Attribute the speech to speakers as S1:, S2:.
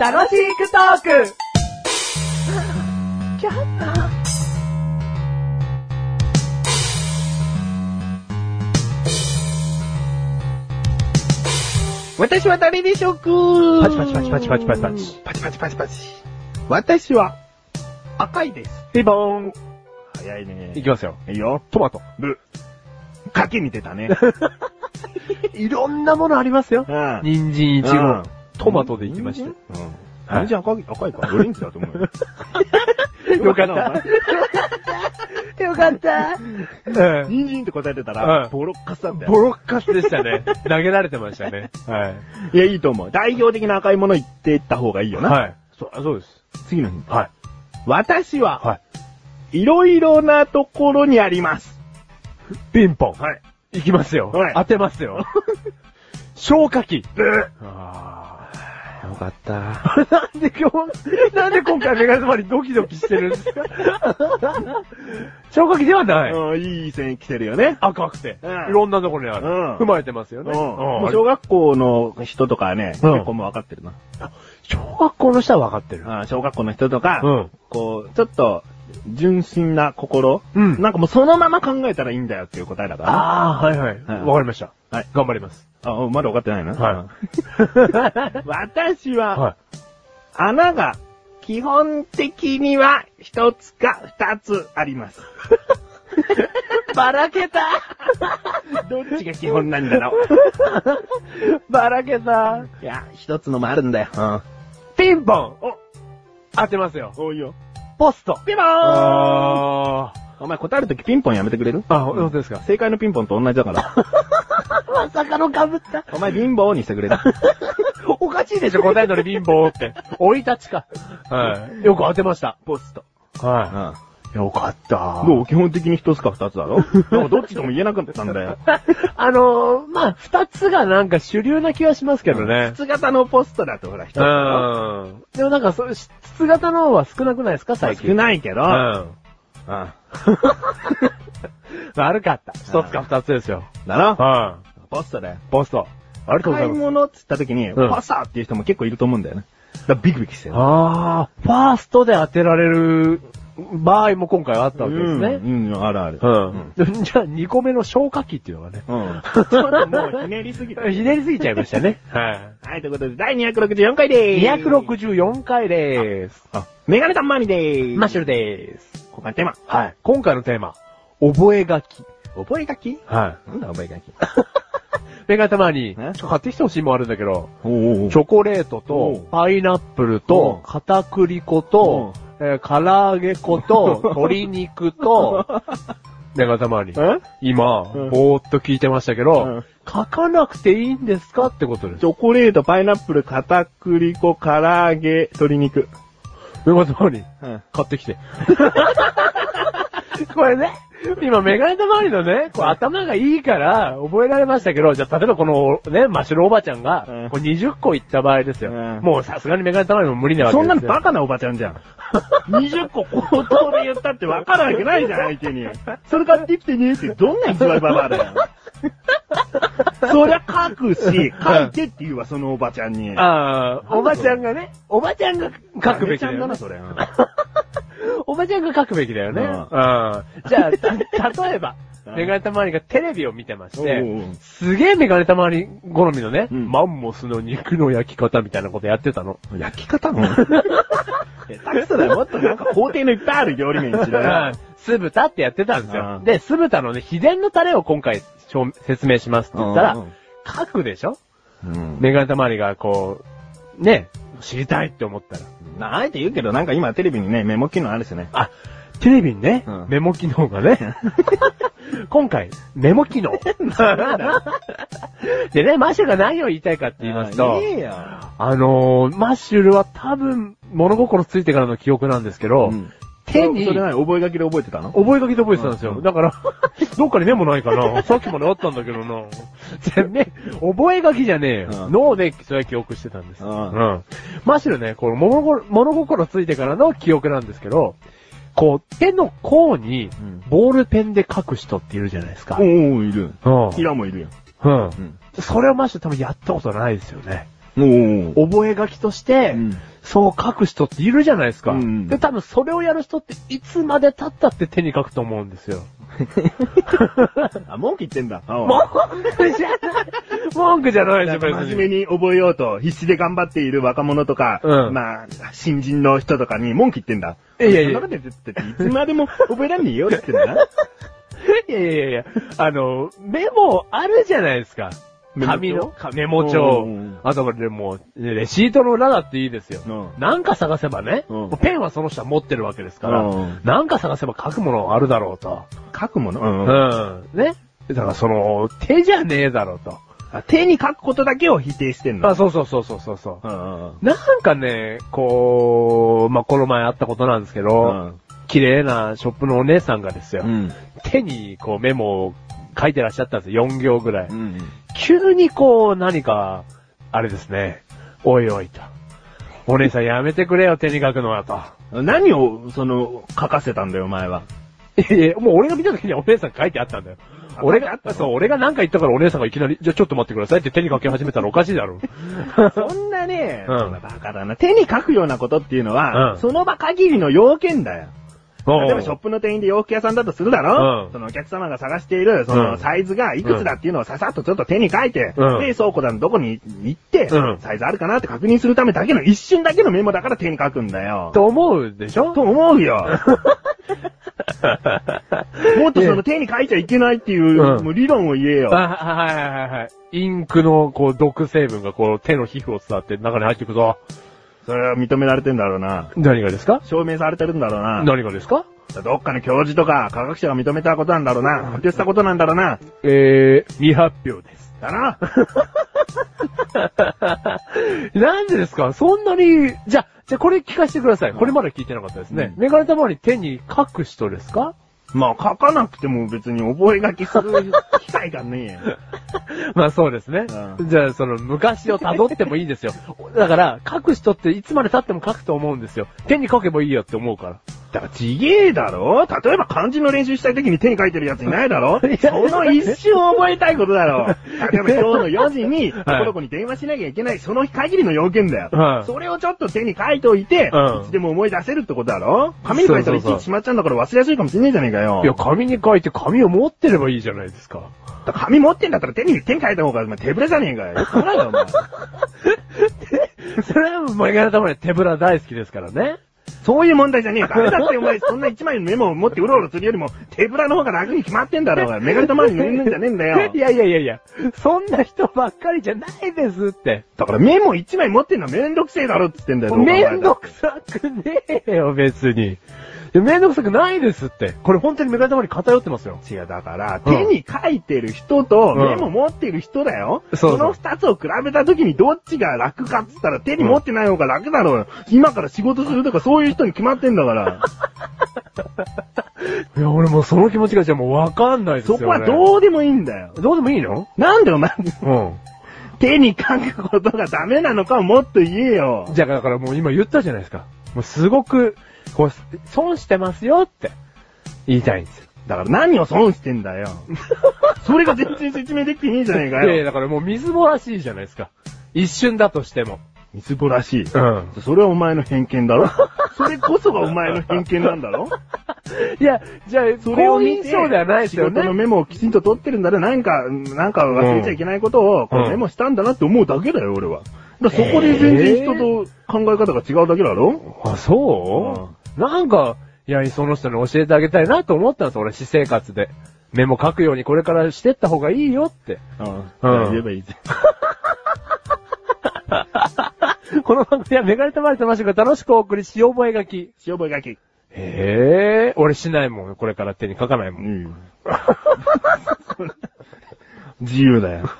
S1: 楽しくトーク
S2: 私は誰でしょうか
S3: パチパチパチパチパチパチパチ。。パチパチパチパチ。
S2: 私は、赤いです。
S3: ピンポーン。
S2: 早いね
S3: いきますよ。
S2: いいよ。
S3: トマト。
S2: ブ。かけに出たね。
S3: いろんなものありますよ
S2: う。ん。
S3: 人参、イチ
S2: うん
S3: ゴ、トマトでいきました。
S2: うん。れじゃ赤い、赤いか。オレンジだと思うよ。
S3: よかった。
S2: よかった。
S3: う ん
S2: 人参って答えてた
S3: う
S2: ら、
S3: ん
S2: ボロッカスだった
S3: ボ
S2: よ。
S3: ロッカスでしたね。 投げられてましたね。はい
S2: や、いいと思う。代表的な赤いもの言ってった方がいい
S3: い。
S2: よな。
S3: はい。そ、そうです。
S2: 次のヒント。
S3: はい。
S2: 私は、。
S3: はい
S2: ろいろなところにあります。
S3: ピンポン。
S2: はい。
S3: いきますよ
S2: はい。
S3: 当てますよ。消火器。
S2: ブー
S3: あ
S2: よかった。
S3: ーなんで今日、なんで今回メガネ止まりドキドキしてるんですか消火器ではない。
S2: うん、いい線来てるよね。
S3: 赤くて。
S2: うん
S3: いろんなところにある。
S2: うん
S3: 踏まえてますよ
S2: うん。
S3: ね。
S2: も
S3: あ
S2: う
S3: れ
S2: 小学校の人とかはね、結
S3: うん
S2: 構もう分かってるな。
S3: 小学校の人は分かってる。
S2: うん小学校の人とか、
S3: うん
S2: こう、ちょっと、純真な心、
S3: うん
S2: なんかもうそのまま考えたらいいんだよっていう答えだから
S3: ああ、はいはい。
S2: はい
S3: わかりました。
S2: はい。
S3: 頑張ります。
S2: あ、まだ分かってないな。
S3: は
S2: 私は、
S3: は
S2: 穴が、基本的には、一つか二つあり ます。
S3: い。ばらけた
S2: どっちが基本なんだろう。
S3: ばらけた
S2: いや、一つのもあるんだよ。うん。
S3: ピンポン当てますよ。
S2: お、いいよ。
S3: ポスト。
S2: ピンポーン
S3: あ
S2: お前答えるときピンポンやめてくれる
S3: あ。あ、本当ですか。
S2: 正解のピンポンと同じだから。
S3: まさかの被った。
S2: お前貧乏にしてくれる。
S3: おかしいでしょ、答えのに貧乏って。 追い立ちか。はい。よく当てました。
S2: ポスト。
S3: は
S2: うん。
S3: い。よかった
S2: どう基本的に一つか二つだろでもどっちとも言えなかったんだ よ。
S3: あのー、まあ、二つがなんか主流な気はしますけどね。
S2: 筒型のポストだとほら、一つ
S3: う
S2: だろ。
S3: ん。でもなんか、そう、し筒型の方は少なくないです
S2: ま
S3: か、
S2: あ
S3: 最近。
S2: 少ないけど、
S3: うん。
S2: うん。
S3: 悪かった。一つか二つですよ。
S2: だろ
S3: うん。
S2: ポストだよ。
S3: ポスト。ありがとうござ
S2: 買
S3: い
S2: い
S3: ます。
S2: 物って言った時に、
S3: うん
S2: ポストっていう人も結構いると思うんだよね。だからビクビクしてる。
S3: あー、ファーストで当てられる場合も今回はあったわけですね。
S2: うん、うんあるある。
S3: うん。 じゃあ、2個目の消火器っていうのが ね。
S2: うん。ちょっともうひねりす ぎた。
S3: ひねりすぎちゃいましたね。は
S2: はい、ということで、第264回で
S3: い。
S2: ーす。。
S3: 264回でーす。
S2: あ、メガネたんまりでーす。
S3: マッシュルでーす。
S2: 今回のテーマ。
S3: はい。今回のテーマ、覚え書き。
S2: 覚え書き
S3: は
S2: なんだ覚え書き。
S3: い。メガネたまに、ちょ
S2: え
S3: っと買ってきてほしいもんあるんだけど、
S2: おお
S3: チョコレート
S2: お
S3: と
S2: う、
S3: パイナップル
S2: お
S3: と
S2: う、
S3: 片栗粉と、えー唐揚げ粉 と、鶏肉と、メ ガネたまに。
S2: え
S3: 今、
S2: うん
S3: ぼーっと聞いてましたけど、
S2: うん
S3: 書かなくていいんですかってことです
S2: チ。ョコレート、パイナップル、片栗粉、唐揚げ、鶏肉。
S3: メガネたまに。
S2: うん。
S3: 買ってきて。 これね、今メガネたまわりのね、こう頭がいいから覚えられましたけど、じゃあ例えばこのね、マシュルおばちゃん
S2: うん
S3: が、こう20個いった場合ですよ。
S2: うん
S3: もうさすがにメガネたまわりも無理なわけ
S2: そ
S3: で
S2: んな
S3: すよ。
S2: のバカなおばちゃんじゃん。20個口頭で言ったって分かるわけないじゃん、相手に。それ買ってきてねって、どんな一番ババアだよ。そりゃ書くし、書いてって言うわ、そのおばちゃんに。
S3: ああ、おばちゃんがね、おばちゃんが書くべきだ
S2: おばちゃんだな、
S3: よ、ね。
S2: それ。うん
S3: おばちゃんが書くべきだよね。
S2: う
S3: うんん。じゃあ、た例えば
S2: うん、
S3: メガネたまわりがテレビを見てまし
S2: おうおう
S3: て、すげえメガネたまわり好みのね、
S2: うん
S3: マンモスの肉の焼き方みたいなことやってたの。
S2: 焼き方の下手くそだよ。もっとなんか工程のいっぱいある料理名にしろ よ。
S3: 酢豚ってやってたんです
S2: う
S3: よ
S2: ん。
S3: で、酢豚のね、秘伝のタレを今回証説明しますって言った
S2: う
S3: ら
S2: ん、
S3: 書くでしょ
S2: うん
S3: メガネたまりがこう、ね、知りたいって思ったら。
S2: まあ、あえて言うけど、なんか今テレビにね、メモ機能あるしね。
S3: あ、テレビにね
S2: うん、
S3: メモ機能が ね。今回、メモ機能。でね、マッシュルが何を言いたいかって言いますと、
S2: いいよ。
S3: あのー、マッシュルは多分、物心ついてからの記憶なんですけど、手に
S2: それ何覚え書きで覚えてたの
S3: 覚え書きで覚えてたんです
S2: うん
S3: よ。だから、 どっかにメモないかな。さっきまであったんだけどな。全然、覚え書きじゃねえよ。
S2: うん
S3: 脳でそれは記憶してたんです。
S2: うん
S3: うん。むしろね、この物心物心ついてからの記憶なんですけど、こう、手の甲に
S2: うん、
S3: ボールペンで書く人っているじゃないですか。
S2: おおいる。
S3: うん。
S2: キラもいるよ。
S3: うん
S2: ん。
S3: それをマッシュ多分やったことないですよね。
S2: お
S3: 覚え書きとして、
S2: うん
S3: そう書く人っているじゃないですか。
S2: うんうん
S3: で、多分それをやる人っていつまで経ったって手に書くと思うんですよ。
S2: あ、文句言ってんだ。も
S3: 文句じゃない文句じゃないですよ、別
S2: 真
S3: に
S2: 面目に覚えようと、必死で頑張っている若者とか、
S3: うん
S2: まあ、新人の人とかに文句言ってんだ。
S3: いやいやい
S2: そ
S3: や
S2: んなこと言ってて、いつまでも覚えらんねえよって言ってん だ。
S3: いやいやいや、あの、メモあるじゃないですか。
S2: メモ帳
S3: 紙のメモ帳
S2: うんうんうん。
S3: あとこれでもう、レシートの裏だっていいですよ。
S2: うん
S3: なんか探せばね、
S2: うん
S3: もうペンはその人は持ってるわけですから、
S2: うん
S3: なんか探せば書くものあるだろうと。
S2: 書くもの、
S3: う
S2: うん
S3: ん。ね。だからその、手じゃねえだろうと。
S2: あ手に書くことだけを否定してんの。
S3: あ、そうそうそうそうそうそう。
S2: うん
S3: なんかね、こう、まあ、この前会ったことなんですけ
S2: う
S3: ど、
S2: ん
S3: 綺麗なショップのお姉さんがですよ、
S2: うん。
S3: 手にこうメモを書いてらっしゃったんですよ、4行ぐらい。
S2: うん。
S3: 急にこう、何か、あれですね、おいおいと。お姉さんやめてくれよ、手に書くのはと。
S2: うん。何を、その、書かせたんだよ、お前は。
S3: いやいや、もう俺が見た時にはお姉さん書いてあったんだよ。俺が、そう、俺がなんか言ったからお姉さんがいきなり、じゃあちょっと待ってくださいって手に書き始めたらおかしいだ ろ。
S2: そんなね、
S3: うん
S2: そんなバカだな。手に書くようなことっていうのは、
S3: うん
S2: その場限りの要件だよ。例えばショップの店員で洋服屋さんだとするだろ、
S3: うん
S2: そのお客様が探している、そうの
S3: ん
S2: サイズがいくつだっていうのをささっとちょっと手に書いて、
S3: うん
S2: で、倉庫だのどこに行って、
S3: うん
S2: サイズあるかなって確認するためだけの、一瞬だけのメモだから手に書くんだよ。
S3: と思うでしょ
S2: と思う よ。もっとその手に書いちゃいけないっていう、
S3: うん
S2: もう理論を言えよ。
S3: あ、はいはいはいはい。インクの、こう、毒成分が、こう、手の皮膚を伝わって中に入っていくぞ。
S2: それは認められてんだろうな。
S3: 何がですか
S2: 証明されてるんだろうな。
S3: 何がですか
S2: どっかの教授とか科学者が認めたことなんだろうな。発表したことなんだろうな。
S3: えー、未発表です。
S2: だな。
S3: なんでですかそんなに、じゃあ、じゃあこれ聞かせてください。これまだ聞いてなかったですね。
S2: うん
S3: メガネたまに手に書く人ですか
S2: まあ書かなくても別に覚え書きする機会がね え。
S3: まあそうですね。
S2: う
S3: じゃあ、その、昔を辿ってもいいんですよ。だから、書く人っていつまで経っても書くと思うんですよ。手に書けばいいよって思うから。
S2: だからちげえだろ例えば漢字の練習したい時に手に書いてるやつい ないだろそ
S3: いや
S2: の一瞬覚えたいことだろ例えば今日の4時 に、ところこに電話しなきゃいけない、その日限りの要件だよ。
S3: はい
S2: それをちょっと手に書いておいて、
S3: うん
S2: いつでも思い出せるってことだろ紙に書いたらいちいちしまっちゃうんだから忘れやすいかもしんねえじゃねえかよ。
S3: いや、紙に書いて紙を持ってればいいじゃないで すか。
S2: 紙持ってんだったら手に手に書いた方がお前手ぶれじゃねえかよ。よくないだろお前。
S3: それはもうメガネたまに手ぶら大好きですからね。
S2: そういう問題じゃねえか。あれだってお前、そんな一枚のメモを持ってうろうろするよりも、手ぶらの方が楽に決まってんだろうが、メガネと周りに塗るんじゃねえんだよ
S3: い。やいやいやいや、そんな人ばっかりじゃないですって。
S2: だからメモ一枚持ってんのはめんどくせえだろって言ってんだよ。
S3: めんど
S2: く
S3: くさくねえよ、別に。いやめんどくさくないですって。これ本当にメガネたまに偏ってますよ。
S2: 違う、だから、
S3: うん
S2: 手に書いてる人と、
S3: うん
S2: メモ持ってる人だよ。
S3: そうそう
S2: の二つを比べた時にどっちが楽かっつったら、手に持ってない方が楽だろうよ。今から仕事するとかそういう人に決まってんだから。
S3: いや、俺もうその気持ちがじゃあもうわかんないです
S2: そ
S3: よ、ね。
S2: こはどうでもいいんだよ。
S3: う、どうでもいいの
S2: なんでお前、
S3: う
S2: 手に書くことがダメなのかをもっと言えよ
S3: ん。。じゃあだからもう今言ったじゃないですか。もうすごく、こう、損してますよって言いたいんですよ。
S2: だから何を損してんだよ。それが全然説明できてねえじゃねえか
S3: いやいや、
S2: よ。
S3: だからもう水ぼらしいじゃないですか。一瞬だとしても。
S2: みつぼらしい。
S3: ん。
S2: それはお前の偏見だろそれこそがお前の偏見なんだろ
S3: いや、じゃあ、
S2: それを
S3: 好
S2: 見
S3: 印
S2: て、
S3: 象ではないですよ
S2: 仕事の
S3: ね。
S2: メモをきちんと取ってるんだら、なんか、なんか忘れちゃいけないことを、こ
S3: う
S2: の
S3: ん
S2: メモしたんだなって思うだけだよ、俺は。だからそこで全然人と考え方が違うだけだろ
S3: あ、そう、なんか、いや、その人に教えてあげたいなと思ったんです、俺、私生活で。メモ書くようにこれからしてった方がいいよって。
S2: うん。
S3: うん
S2: 言えばいい ぜ。
S3: この番組はメガネたまりとましが楽しくお送りし、よう覚え書き。
S2: 塩覚え書き。
S3: へえ、俺しな いもん、これから手に書かないもん。
S2: ん。自由だよ。